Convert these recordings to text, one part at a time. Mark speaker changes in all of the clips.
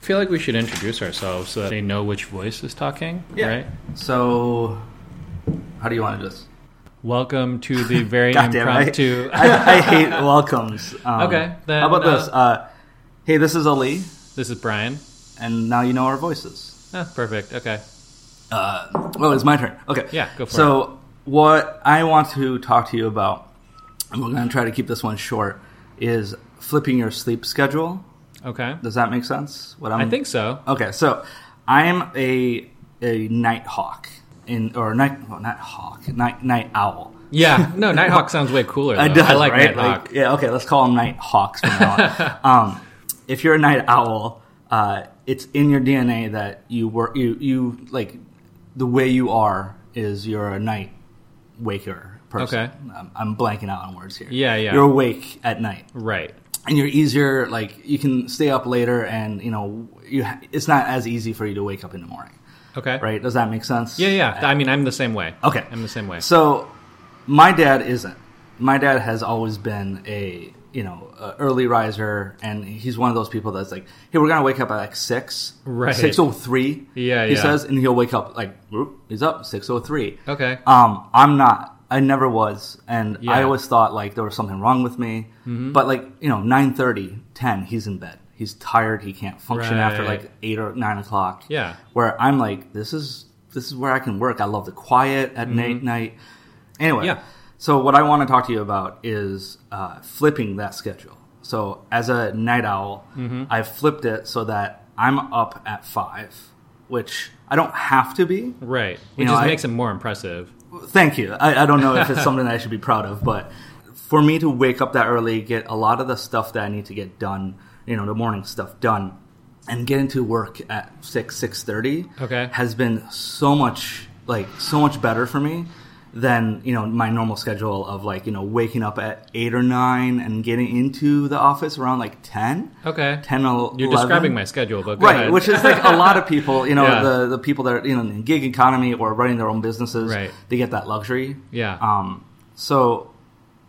Speaker 1: feel like we should introduce ourselves so that they know which voice is talking,
Speaker 2: Yeah.
Speaker 1: right?
Speaker 2: So, how do you want to just?
Speaker 1: Welcome to the very
Speaker 2: Goddamn, I,
Speaker 1: impromptu.
Speaker 2: I, I hate welcomes. Um,
Speaker 1: Okay, then,
Speaker 2: how about this?
Speaker 1: uh,
Speaker 2: Uh, hey, this is Ali,
Speaker 1: this is Brian.
Speaker 2: and now you know our voices.
Speaker 1: Ah, perfect. Okay.
Speaker 2: Uh, oh, it's my turn. Okay.
Speaker 1: Yeah, go for
Speaker 2: so, what I want to talk to you about, and we're going to try to keep this one short, is flipping your sleep schedule.
Speaker 1: Okay.
Speaker 2: Does that make sense? What I'm
Speaker 1: I think so.
Speaker 2: Okay, so I'm a a night hawk in or night well, not hawk night night owl.
Speaker 1: Yeah. No, Nighthawk sounds way cooler. Though.
Speaker 2: It does,
Speaker 1: I like
Speaker 2: right?
Speaker 1: Nighthawk.
Speaker 2: Like, yeah, okay, let's call them night hawks from now on. um, if you're a night owl, uh, it's in your DNA that you work you you like the way you are is you're a night waker person.
Speaker 1: Okay.
Speaker 2: I'm, I'm blanking out on words here.
Speaker 1: Yeah, yeah.
Speaker 2: You're awake at night
Speaker 1: right.
Speaker 2: and you're easier like you can stay up later and you know you ha- it's not as easy for you to wake up in the morning
Speaker 1: Okay.
Speaker 2: right does that make sense
Speaker 1: Yeah, yeah. I mean, I'm the same way.
Speaker 2: okay
Speaker 1: I'm the same way.
Speaker 2: so my dad isn't my dad has always been a you know a early riser and he's one of those people that's like hey we're gonna wake up at like six
Speaker 1: Right.
Speaker 2: 603
Speaker 1: Yeah,
Speaker 2: he
Speaker 1: yeah.
Speaker 2: says and he'll wake up like whoop, he's up 603
Speaker 1: Okay.
Speaker 2: um, I'm not. I never was, and
Speaker 1: Yeah. Mm-hmm.
Speaker 2: I always thought like there was something wrong with me. But like you know, 9:30, 10, he's in bed. He's tired. He can't function after
Speaker 1: Right.
Speaker 2: like eight or nine o'clock.
Speaker 1: Yeah.
Speaker 2: Where I'm like, this is this is where I can work. I love the quiet at night. Night. Anyway.
Speaker 1: Mm-hmm. Yeah.
Speaker 2: So what I want to talk to you about is uh, flipping that schedule. So as a night owl,
Speaker 1: Mm-hmm.
Speaker 2: I've flipped it so that I'm up at five, which I don't have to be.
Speaker 1: Right. Which
Speaker 2: know,
Speaker 1: just
Speaker 2: I-
Speaker 1: makes it more impressive.
Speaker 2: Thank you. I, I don't know if it's something that I should be proud of, but for me to wake up that early, get a lot of the stuff that I need to get done, you know, the morning stuff done, and get into work at six six thirty,
Speaker 1: Okay.
Speaker 2: has been so much like so much better for me than you know my normal schedule of like you know waking up at eight or nine and getting into the office around like ten.
Speaker 1: Okay.
Speaker 2: 10 11.
Speaker 1: You're describing my schedule, but go
Speaker 2: Right,
Speaker 1: ahead.
Speaker 2: which is like a lot of people, you know,
Speaker 1: Yeah.
Speaker 2: the, the people that are you know, in the gig economy or running their own businesses,
Speaker 1: Right.
Speaker 2: they get that luxury.
Speaker 1: Yeah.
Speaker 2: Um, so,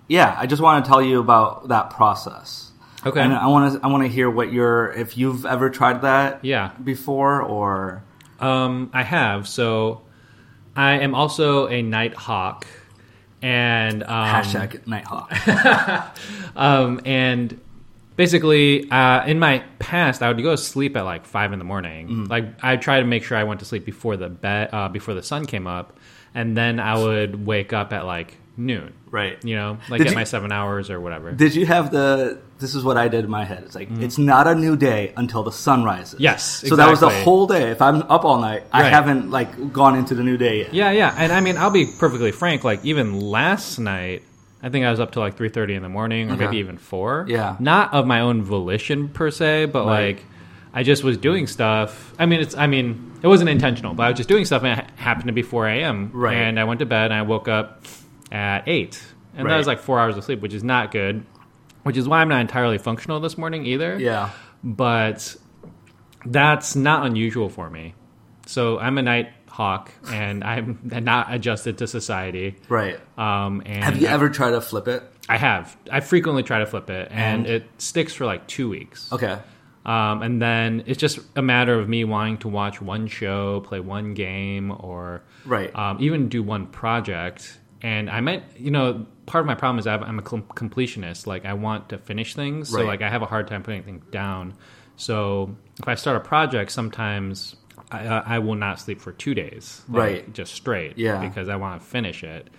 Speaker 2: yeah, I just want to tell you about that process.
Speaker 1: Okay.
Speaker 2: And uh, I want to I want to hear what your if you've ever tried that
Speaker 1: Yeah.
Speaker 2: before or
Speaker 1: Um, I have. So I am also a night hawk, and um,
Speaker 2: hashtag Nighthawk.
Speaker 1: um, and basically uh, in my past i would go to sleep at like five in the morning
Speaker 2: Mm-hmm.
Speaker 1: like i try to make sure i went to sleep before the bed uh, before the sun came up and then i would wake up at like noon
Speaker 2: right.
Speaker 1: you know like
Speaker 2: Did
Speaker 1: get
Speaker 2: you-
Speaker 1: my seven hours or whatever
Speaker 2: Did you have the? This is what I did in my head. It's like it's not a new day until the sun rises.
Speaker 1: Mm. Yes,
Speaker 2: So that was the
Speaker 1: exactly.
Speaker 2: whole day. If I'm up all night, I
Speaker 1: Right.
Speaker 2: haven't like gone into the new day yet.
Speaker 1: yeah yeah and i mean i'll be perfectly frank like even last night i think i was up to like 3.30 in the morning or
Speaker 2: Okay.
Speaker 1: maybe even 4
Speaker 2: Uh-huh. Yeah.
Speaker 1: not of my own volition per se but
Speaker 2: Right.
Speaker 1: like i just was doing stuff i mean it's i mean it wasn't intentional but i was just doing stuff and it ha- happened to be 4 a.m
Speaker 2: Right.
Speaker 1: and i went to bed and i woke up at 8 and that
Speaker 2: Right.
Speaker 1: was like four hours of sleep which is not good which is why i'm not entirely functional this morning either
Speaker 2: Yeah.
Speaker 1: but that's not unusual for me. So I'm a night hawk, and I'm not adjusted to society.
Speaker 2: Right.
Speaker 1: Um, and
Speaker 2: Have you
Speaker 1: I,
Speaker 2: ever tried to flip it?
Speaker 1: I have. I frequently try to flip it, and,
Speaker 2: And?
Speaker 1: it sticks for like two weeks.
Speaker 2: Okay.
Speaker 1: Um, and then it's just a matter of me wanting to watch one show, play one game, or
Speaker 2: Right.
Speaker 1: um, even do one project. And I might, you know, part of my problem is I've, I'm a com- completionist. Like I want to finish things, so
Speaker 2: Right.
Speaker 1: like I have a hard time putting things down. So if I start a project, sometimes I, uh, I will not sleep for two days, like,
Speaker 2: Right.
Speaker 1: Just straight,
Speaker 2: Yeah.
Speaker 1: because I want to finish it.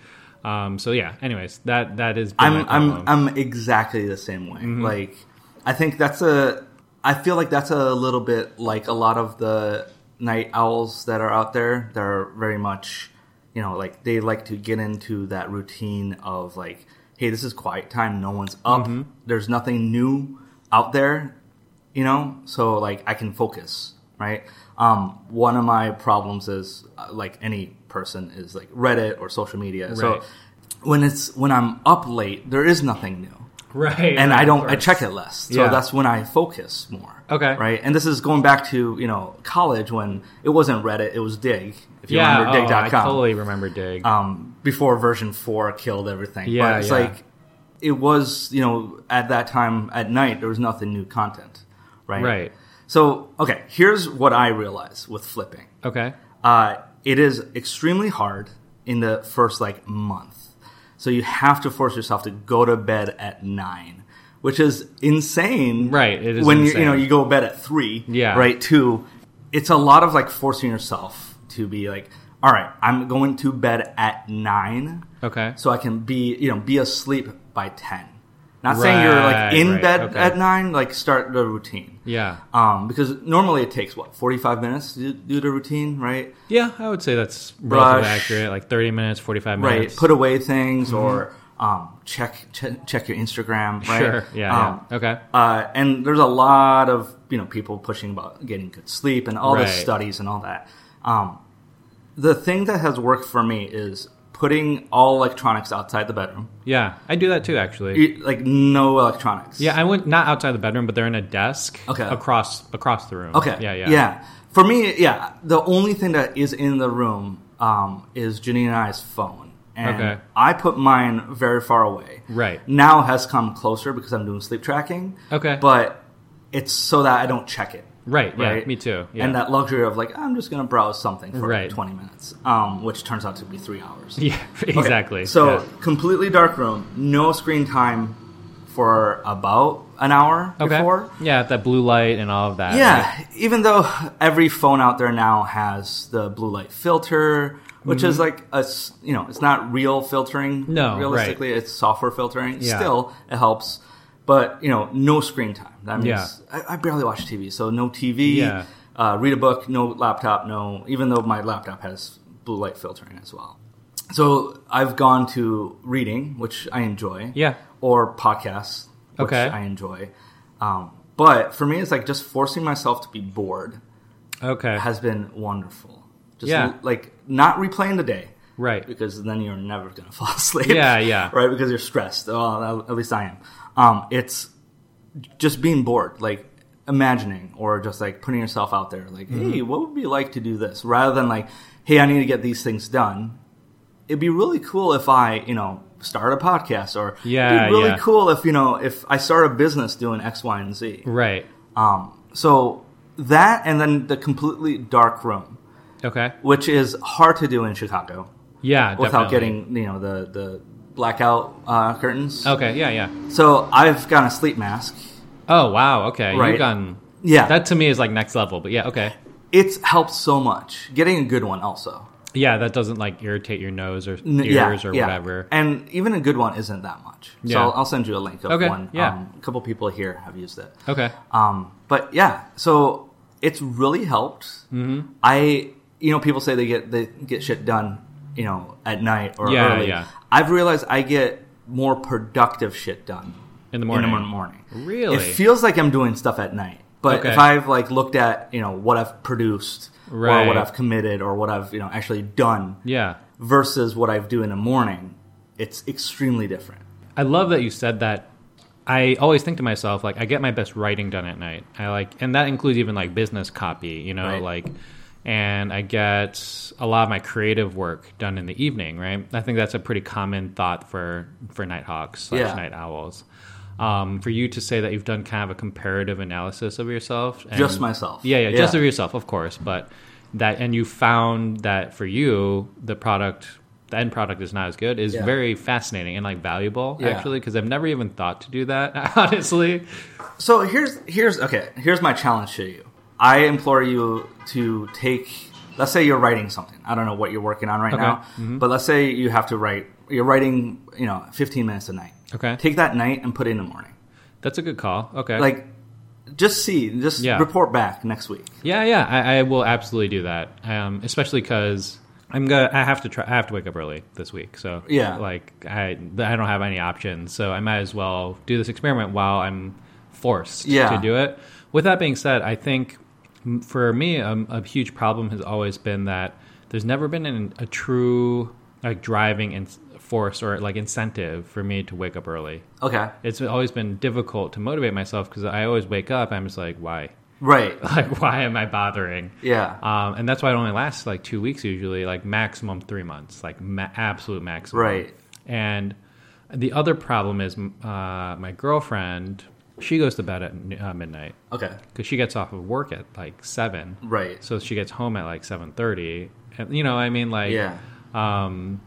Speaker 1: Um, so yeah. Anyways, that that Mm-hmm. is. been my
Speaker 2: I'm
Speaker 1: problem.
Speaker 2: I'm I'm exactly the same way. Like I think that's a I feel like that's a little bit like a lot of the night owls that are out there that are very much you know like they like to get into that routine of like hey this is quiet time no one's up
Speaker 1: Mm-hmm.
Speaker 2: there's nothing new out there you know so like i can focus right um, one of my problems is uh, like any person is like reddit or social media so
Speaker 1: Right.
Speaker 2: when it's when i'm up late there is nothing new
Speaker 1: right,
Speaker 2: and
Speaker 1: right,
Speaker 2: i
Speaker 1: of
Speaker 2: don't i
Speaker 1: course.
Speaker 2: check it less so
Speaker 1: Yeah.
Speaker 2: that's when i focus more
Speaker 1: Okay.
Speaker 2: right and this is going back to you know college when it wasn't reddit it was dig if you
Speaker 1: Yeah,
Speaker 2: remember
Speaker 1: oh, I
Speaker 2: dig.com
Speaker 1: totally remember Dig.
Speaker 2: um, before version four killed everything.
Speaker 1: Yeah,
Speaker 2: but it's
Speaker 1: yeah.
Speaker 2: like it was, you know, at that time at night there was nothing new content, right?
Speaker 1: Right.
Speaker 2: So, okay, here's what I realize with flipping.
Speaker 1: Okay.
Speaker 2: Uh, it is extremely hard in the first like month. So you have to force yourself to go to bed at nine, which is insane.
Speaker 1: Right, it is
Speaker 2: when you
Speaker 1: insane.
Speaker 2: you know you go to bed at three.
Speaker 1: Yeah.
Speaker 2: Right. Two. It's a lot of like forcing yourself to be like, all right, I'm going to bed at nine
Speaker 1: Okay.
Speaker 2: so I can be you know be asleep by ten. Not saying you're like
Speaker 1: Right,
Speaker 2: in
Speaker 1: right,
Speaker 2: bed
Speaker 1: okay.
Speaker 2: at nine, like start the routine.
Speaker 1: Yeah.
Speaker 2: Um, because normally it takes what forty five minutes to do- do the routine, right?
Speaker 1: Yeah, I would say that's relatively
Speaker 2: Brush.
Speaker 1: accurate. Like 30 minutes, 45
Speaker 2: Right.
Speaker 1: minutes.
Speaker 2: Put away things
Speaker 1: Mm-hmm.
Speaker 2: or um, check, check check your Instagram. Right?
Speaker 1: Sure. Yeah.
Speaker 2: Um,
Speaker 1: yeah. Okay.
Speaker 2: Uh, and there's a lot of you know people pushing about getting good sleep and all the
Speaker 1: Right.
Speaker 2: studies and all that. Um, the thing that has worked for me is putting all electronics outside the bedroom.
Speaker 1: Yeah. I do that too, actually.
Speaker 2: You- like no electronics.
Speaker 1: yeah, I went not outside the bedroom, but they're in a desk
Speaker 2: Okay.
Speaker 1: across across the room.
Speaker 2: Okay.
Speaker 1: Yeah, yeah.
Speaker 2: Yeah. For me, yeah, the only thing that is in the room um, is Janine and I's phone. And
Speaker 1: Okay.
Speaker 2: I put mine very far away.
Speaker 1: Right.
Speaker 2: Now has come closer because I'm doing sleep tracking.
Speaker 1: Okay.
Speaker 2: But it's so that I don't check it.
Speaker 1: Right. Yeah.
Speaker 2: Right.
Speaker 1: Me too. Yeah.
Speaker 2: And uh, that luxury of like, I'm just going to browse something for
Speaker 1: Right.
Speaker 2: 20 minutes, um, which turns out to be three hours.
Speaker 1: yeah.
Speaker 2: Okay,
Speaker 1: Exactly.
Speaker 2: So
Speaker 1: Yeah.
Speaker 2: completely dark room, no screen time for about an hour
Speaker 1: Okay.
Speaker 2: before.
Speaker 1: Yeah, that blue light and all of that.
Speaker 2: Yeah, even though every phone out there now has the blue light filter, which is like a s- you know it's not real filtering.
Speaker 1: Mm-hmm. No, right.
Speaker 2: realistically, it's software filtering.
Speaker 1: Yeah.
Speaker 2: Still, it helps, but you know, no screen time. That means
Speaker 1: Yeah.
Speaker 2: I, I barely watch TV, so no TV.
Speaker 1: Yeah.
Speaker 2: Uh, read a book, no laptop, no. Even though my laptop has blue light filtering as well, so I've gone to reading, which I enjoy.
Speaker 1: Yeah.
Speaker 2: or podcasts. Which
Speaker 1: Okay.
Speaker 2: I enjoy. Um, but for me, it's like just forcing myself to be bored
Speaker 1: Okay.
Speaker 2: has been wonderful. Just
Speaker 1: Yeah.
Speaker 2: l- like not replaying the day.
Speaker 1: Right.
Speaker 2: Because then you're never going to fall asleep.
Speaker 1: Yeah, yeah.
Speaker 2: Right? Because you're stressed. Well, at least I am. Um, it's just being bored, like imagining or just like putting yourself out there, like,
Speaker 1: Mm-hmm.
Speaker 2: hey, what would it be like to do this? Rather than like, hey, I need to get these things done. It'd be really cool if I, you know, start a podcast or
Speaker 1: Yeah,
Speaker 2: it'd be really
Speaker 1: yeah.
Speaker 2: cool if, you know, if I start a business doing X, Y, and Z.
Speaker 1: Right.
Speaker 2: Um, so that and then the completely dark room,
Speaker 1: Okay.
Speaker 2: which is hard to do in Chicago
Speaker 1: Yeah.
Speaker 2: without
Speaker 1: definitely. Oh.
Speaker 2: getting you know the the blackout uh, curtains.
Speaker 1: Okay. Yeah. Yeah.
Speaker 2: So I've got a sleep mask.
Speaker 1: Oh wow. Okay.
Speaker 2: Right.
Speaker 1: You've gone.
Speaker 2: Yeah,
Speaker 1: That to me is like next level. But yeah. Okay.
Speaker 2: it's helped so much. Getting a good one also.
Speaker 1: Yeah. That doesn't like irritate your nose or ears
Speaker 2: N-
Speaker 1: or whatever.
Speaker 2: And even a good one isn't that much. So
Speaker 1: Yeah.
Speaker 2: I'll, I'll send you a link of
Speaker 1: Okay,
Speaker 2: one.
Speaker 1: yeah.
Speaker 2: Um, a couple people here have used it.
Speaker 1: Okay.
Speaker 2: Um, but yeah, so it's really helped. Mm-hmm. I, you know, people say they get they get shit done, you know, at night or
Speaker 1: Yeah,
Speaker 2: early.
Speaker 1: yeah.
Speaker 2: I've realized I get more productive shit done
Speaker 1: In the
Speaker 2: in
Speaker 1: morning.
Speaker 2: the mor- morning.
Speaker 1: Really?
Speaker 2: it feels like I'm doing stuff at night. But
Speaker 1: Okay.
Speaker 2: if I've like looked at you know what I've produced or what
Speaker 1: Right.
Speaker 2: I've committed or what I've you know actually done
Speaker 1: yeah.
Speaker 2: versus what I do in the morning, it's extremely different.
Speaker 1: I love that you said that. I always think to myself, like, I get my best writing done at night. I like, and that includes even like business copy, you know,
Speaker 2: Right.
Speaker 1: like, and I get a lot of my creative work done in the evening, right? I think that's a pretty common thought for for nighthawks slash
Speaker 2: Yeah.
Speaker 1: night owls. Um, for you to say that you've done kind of a comparative analysis of yourself, and,
Speaker 2: Just myself.
Speaker 1: yeah, yeah, just
Speaker 2: Yeah.
Speaker 1: of yourself, of course, but that, and you found that for you, the product. The end product is not as good. Is
Speaker 2: Yeah.
Speaker 1: very fascinating and like valuable
Speaker 2: Yeah.
Speaker 1: actually because I've never even thought to do that honestly.
Speaker 2: So here's here's okay. Here's my challenge to you. I implore you to take. Let's say you're writing something. I don't know what you're working on right
Speaker 1: Okay. Mm-hmm.
Speaker 2: now, but let's say you have to write. You're writing, you know, 15 minutes a night.
Speaker 1: Okay.
Speaker 2: Take that night and put it in the morning.
Speaker 1: That's a good call. Okay,
Speaker 2: Like, just see, just
Speaker 1: Yeah.
Speaker 2: report back next week.
Speaker 1: yeah, yeah, I, I will absolutely do that. Um, especially because I'm gonna I have to try. I have to wake up early this week, so
Speaker 2: Yeah.
Speaker 1: like I I don't have any options, so I might as well do this experiment while I'm forced
Speaker 2: Yeah.
Speaker 1: to do it. With that being said, I think m- for me, um, a huge problem has always been that there's never been an, a true like driving in- force or like incentive for me to wake up early.
Speaker 2: Okay.
Speaker 1: It's always been difficult to motivate myself because I always wake up. I'm just like, why?
Speaker 2: Right.
Speaker 1: Like, why am I bothering?
Speaker 2: Yeah.
Speaker 1: Um, and that's why it only lasts like two weeks usually, like maximum three months, like ma- absolute maximum.
Speaker 2: Right.
Speaker 1: And the other problem is m- uh, my girlfriend She goes to bed at n- uh, midnight
Speaker 2: Okay.
Speaker 1: because she gets off of work at like seven,
Speaker 2: Right.
Speaker 1: so she gets home at like seven thirty. And you know, I mean, like,
Speaker 2: yeah.
Speaker 1: Um,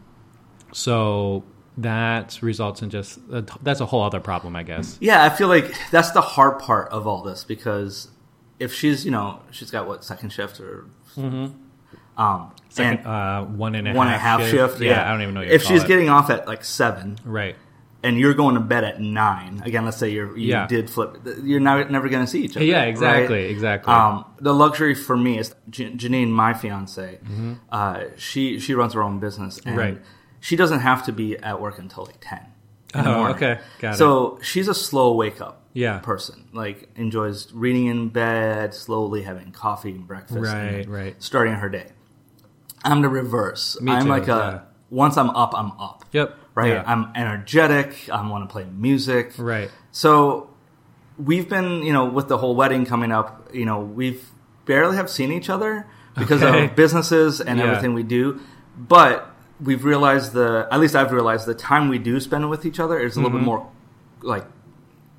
Speaker 1: so that results in just uh, that's a whole other problem, I guess.
Speaker 2: Yeah, I feel like that's the hard part of all this because if she's, you know, she's got what second shift or um
Speaker 1: Mm-hmm. Second,
Speaker 2: and
Speaker 1: uh, one and a
Speaker 2: one and a
Speaker 1: half
Speaker 2: half shift.
Speaker 1: Yeah, I don't even know. What you
Speaker 2: if
Speaker 1: call
Speaker 2: she's
Speaker 1: it.
Speaker 2: getting off at like seven
Speaker 1: right,
Speaker 2: and you're going to bed at nine again, let's say you're you
Speaker 1: Yeah.
Speaker 2: did flip, you're never never going to see each other.
Speaker 1: yeah,
Speaker 2: right?
Speaker 1: exactly, exactly.
Speaker 2: Um, the luxury for me is Jan- Janine, my fiance. Uh, she she runs her own business, and
Speaker 1: Mm-hmm. Right.
Speaker 2: she doesn't have to be at work until like ten. in the
Speaker 1: Oh,
Speaker 2: morning.
Speaker 1: okay. Got
Speaker 2: so she's a slow wake up
Speaker 1: Yeah.
Speaker 2: person. Like enjoys reading in bed, slowly having coffee and breakfast,
Speaker 1: Right,
Speaker 2: and
Speaker 1: right.
Speaker 2: starting her day. I'm the reverse.
Speaker 1: Me
Speaker 2: I'm
Speaker 1: too,
Speaker 2: like a
Speaker 1: yeah.
Speaker 2: once I'm up, I'm up.
Speaker 1: Yep.
Speaker 2: Right.
Speaker 1: Yeah.
Speaker 2: I'm energetic. I want to play music.
Speaker 1: right.
Speaker 2: So we've been, you know, with the whole wedding coming up, you know, we've barely have seen each other because
Speaker 1: Okay.
Speaker 2: of businesses and
Speaker 1: Yeah.
Speaker 2: everything we do. But we've realized the at least I've realized the time we do spend with each other is a
Speaker 1: Mm-hmm.
Speaker 2: little bit more like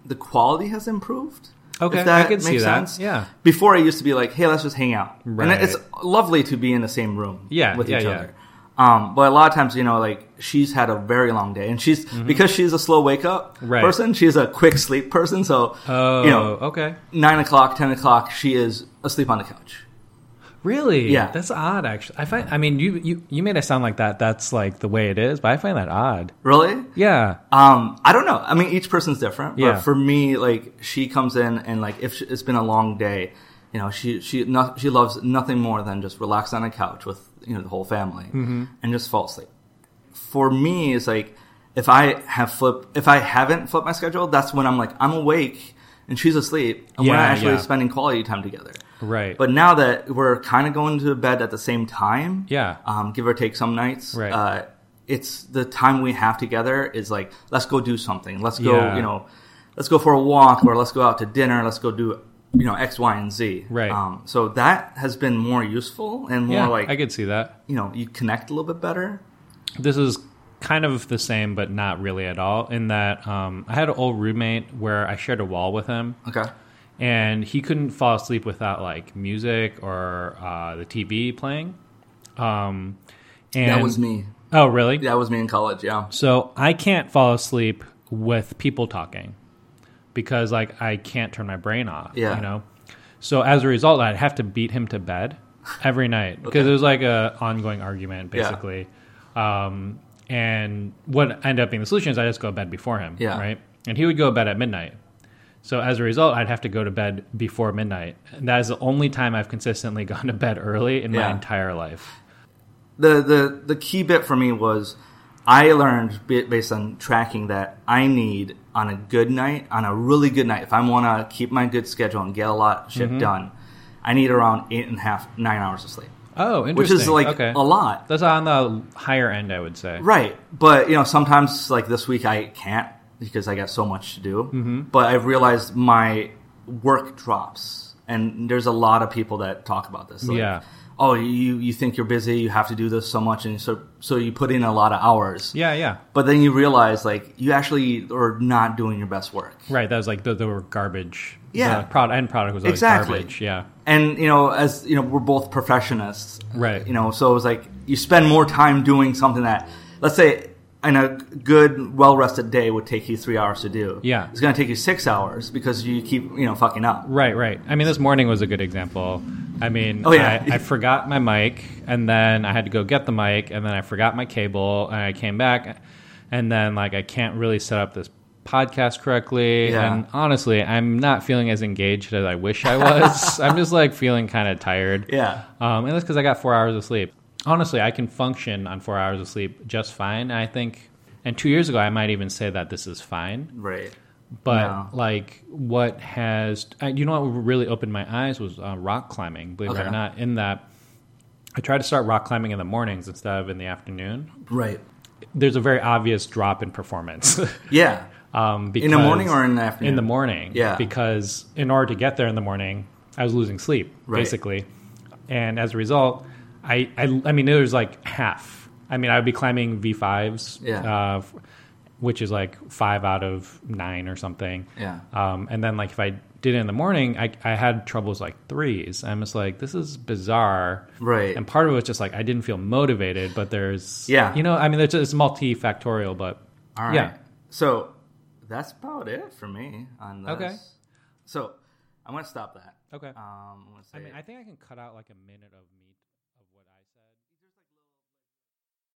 Speaker 2: the quality has improved.
Speaker 1: Okay,
Speaker 2: if that
Speaker 1: I can
Speaker 2: makes
Speaker 1: see that.
Speaker 2: sense.
Speaker 1: Yeah.
Speaker 2: Before I used to be like, hey, let's just hang out.
Speaker 1: Right.
Speaker 2: And it's lovely to be in the same room
Speaker 1: Yeah,
Speaker 2: with
Speaker 1: yeah,
Speaker 2: each
Speaker 1: yeah.
Speaker 2: other. Um, but a lot of times, you know, like she's had a very long day, and she's because she's a slow wake up
Speaker 1: Mm-hmm. Right.
Speaker 2: person. She's a quick sleep person, so
Speaker 1: Oh,
Speaker 2: you know,
Speaker 1: okay.
Speaker 2: nine o'clock, ten o'clock, she is asleep on the couch.
Speaker 1: Really?
Speaker 2: Yeah.
Speaker 1: That's odd. Actually, I find. I mean, you you you made it sound like that. That's like the way it is, but I find that odd.
Speaker 2: Really?
Speaker 1: Yeah.
Speaker 2: Um, I don't know. I mean, each person's different. But
Speaker 1: Yeah.
Speaker 2: for me, like she comes in and like if she, it's been a long day, you know, she she no, she loves nothing more than just relax on a couch with you know the whole family
Speaker 1: Mm-hmm.
Speaker 2: and just fall asleep. For me, it's like if I have flip if I haven't flipped my schedule, that's when I'm like I'm awake and she's asleep and we're
Speaker 1: Yeah,
Speaker 2: not actually
Speaker 1: yeah.
Speaker 2: spending quality time together.
Speaker 1: Right.
Speaker 2: But now that we're kind of going to bed at the same time,
Speaker 1: Yeah.
Speaker 2: um, give or take some nights,
Speaker 1: Right.
Speaker 2: uh, it's the time we have together is like let's go do something. Let's go,
Speaker 1: Yeah.
Speaker 2: you know, let's go for a walk or let's go out to dinner. Let's go do, you know, X, Y, and Z.
Speaker 1: Right.
Speaker 2: Um, so that has been more useful and more
Speaker 1: yeah.
Speaker 2: like
Speaker 1: I could see that.
Speaker 2: you know you connect a little bit better.
Speaker 1: this is kind of the same but not really at all in that um, i had an old roommate where i shared a wall with him
Speaker 2: Okay.
Speaker 1: and he couldn't fall asleep without like music or uh, the tv playing um, and
Speaker 2: that was me.
Speaker 1: oh really
Speaker 2: That was me in college. Yeah.
Speaker 1: so i can't fall asleep with people talking because like i can't turn my brain off
Speaker 2: Yeah.
Speaker 1: you know so as a result i'd have to beat him to bed every night because it was like a ongoing argument
Speaker 2: Yeah.
Speaker 1: basically um, and what ended up being the solution is i just go to bed before him
Speaker 2: Yeah.
Speaker 1: right and he would go to bed at midnight so as a result i'd have to go to bed before midnight and that is the only time i've consistently gone to bed early in my
Speaker 2: Yeah.
Speaker 1: entire life
Speaker 2: the the the key bit for me was I learned ba- based on tracking that I need on a good night, on a really good night, if I want to keep my good schedule and get a lot of shit
Speaker 1: Mm-hmm.
Speaker 2: done, I need around eight and a half, nine hours of sleep,
Speaker 1: oh interesting
Speaker 2: which is like
Speaker 1: okay.
Speaker 2: a lot,
Speaker 1: that's on the higher end i would say
Speaker 2: right? But you know, sometimes like this week I can't because I got so much to do.
Speaker 1: Mm-hmm.
Speaker 2: But I've realized my work drops, and there's a lot of people that talk about this. Like,
Speaker 1: Yeah.
Speaker 2: Oh, you you think you're busy, you have to do this so much, and so so you put in a lot of hours.
Speaker 1: yeah yeah
Speaker 2: But then you realize, like, you actually are not doing your best work.
Speaker 1: Right. That was like the, the were garbage.
Speaker 2: Yeah.
Speaker 1: The prod, end product was always
Speaker 2: Exactly.
Speaker 1: garbage. Yeah.
Speaker 2: And, you know, as, you know, we're both professionists.
Speaker 1: Right.
Speaker 2: You know, so it was like you spend more time doing something that, let's say, in a good, well rested day would take you three hours to do.
Speaker 1: Yeah.
Speaker 2: It's going to take you six hours because you keep, you know, fucking up.
Speaker 1: Right. Right. I mean, this morning was a good example. I mean,
Speaker 2: Oh, yeah.
Speaker 1: I, I forgot my mic, and then I had to go get the mic, and then I forgot my cable, and I came back, and then like I can't really set up this podcast correctly.
Speaker 2: Yeah.
Speaker 1: And honestly, I'm not feeling as engaged as I wish I was. I'm just like feeling kind of tired.
Speaker 2: Yeah.
Speaker 1: Um, and that's because I got four hours of sleep. Honestly, I can function on four hours of sleep just fine. I think, and two years ago, I might even say that this is fine.
Speaker 2: Right.
Speaker 1: But
Speaker 2: No.
Speaker 1: like, what has I- you know what really opened my eyes was uh, rock climbing. Believe it
Speaker 2: Okay.
Speaker 1: or not, in that I try to start rock climbing in the mornings instead of in the afternoon.
Speaker 2: Right.
Speaker 1: There's a very obvious drop in performance.
Speaker 2: Yeah.
Speaker 1: um, because
Speaker 2: In the morning or in the afternoon?
Speaker 1: in the morning.
Speaker 2: Yeah.
Speaker 1: Because in order to get there in the morning, I was losing sleep
Speaker 2: Right.
Speaker 1: basically, and as a result, I I, I mean it was like half. I mean I would be climbing V fives,
Speaker 2: Yeah.
Speaker 1: uh, f- which is like five out of nine or something.
Speaker 2: Yeah.
Speaker 1: Um, and then like if I did it in the morning, I, I had troubles like threes. I'm just like, this is bizarre.
Speaker 2: Right.
Speaker 1: And part of it was just like I didn't feel motivated, but there's
Speaker 2: Yeah.
Speaker 1: you know, I mean, there's it's multifactorial, but
Speaker 2: All right.
Speaker 1: yeah.
Speaker 2: So that's about it for me on this.
Speaker 1: Okay.
Speaker 2: So I'm gonna stop that.
Speaker 1: Okay.
Speaker 2: Um, I'm gonna say
Speaker 1: I mean, I think I can cut out like a minute of meat.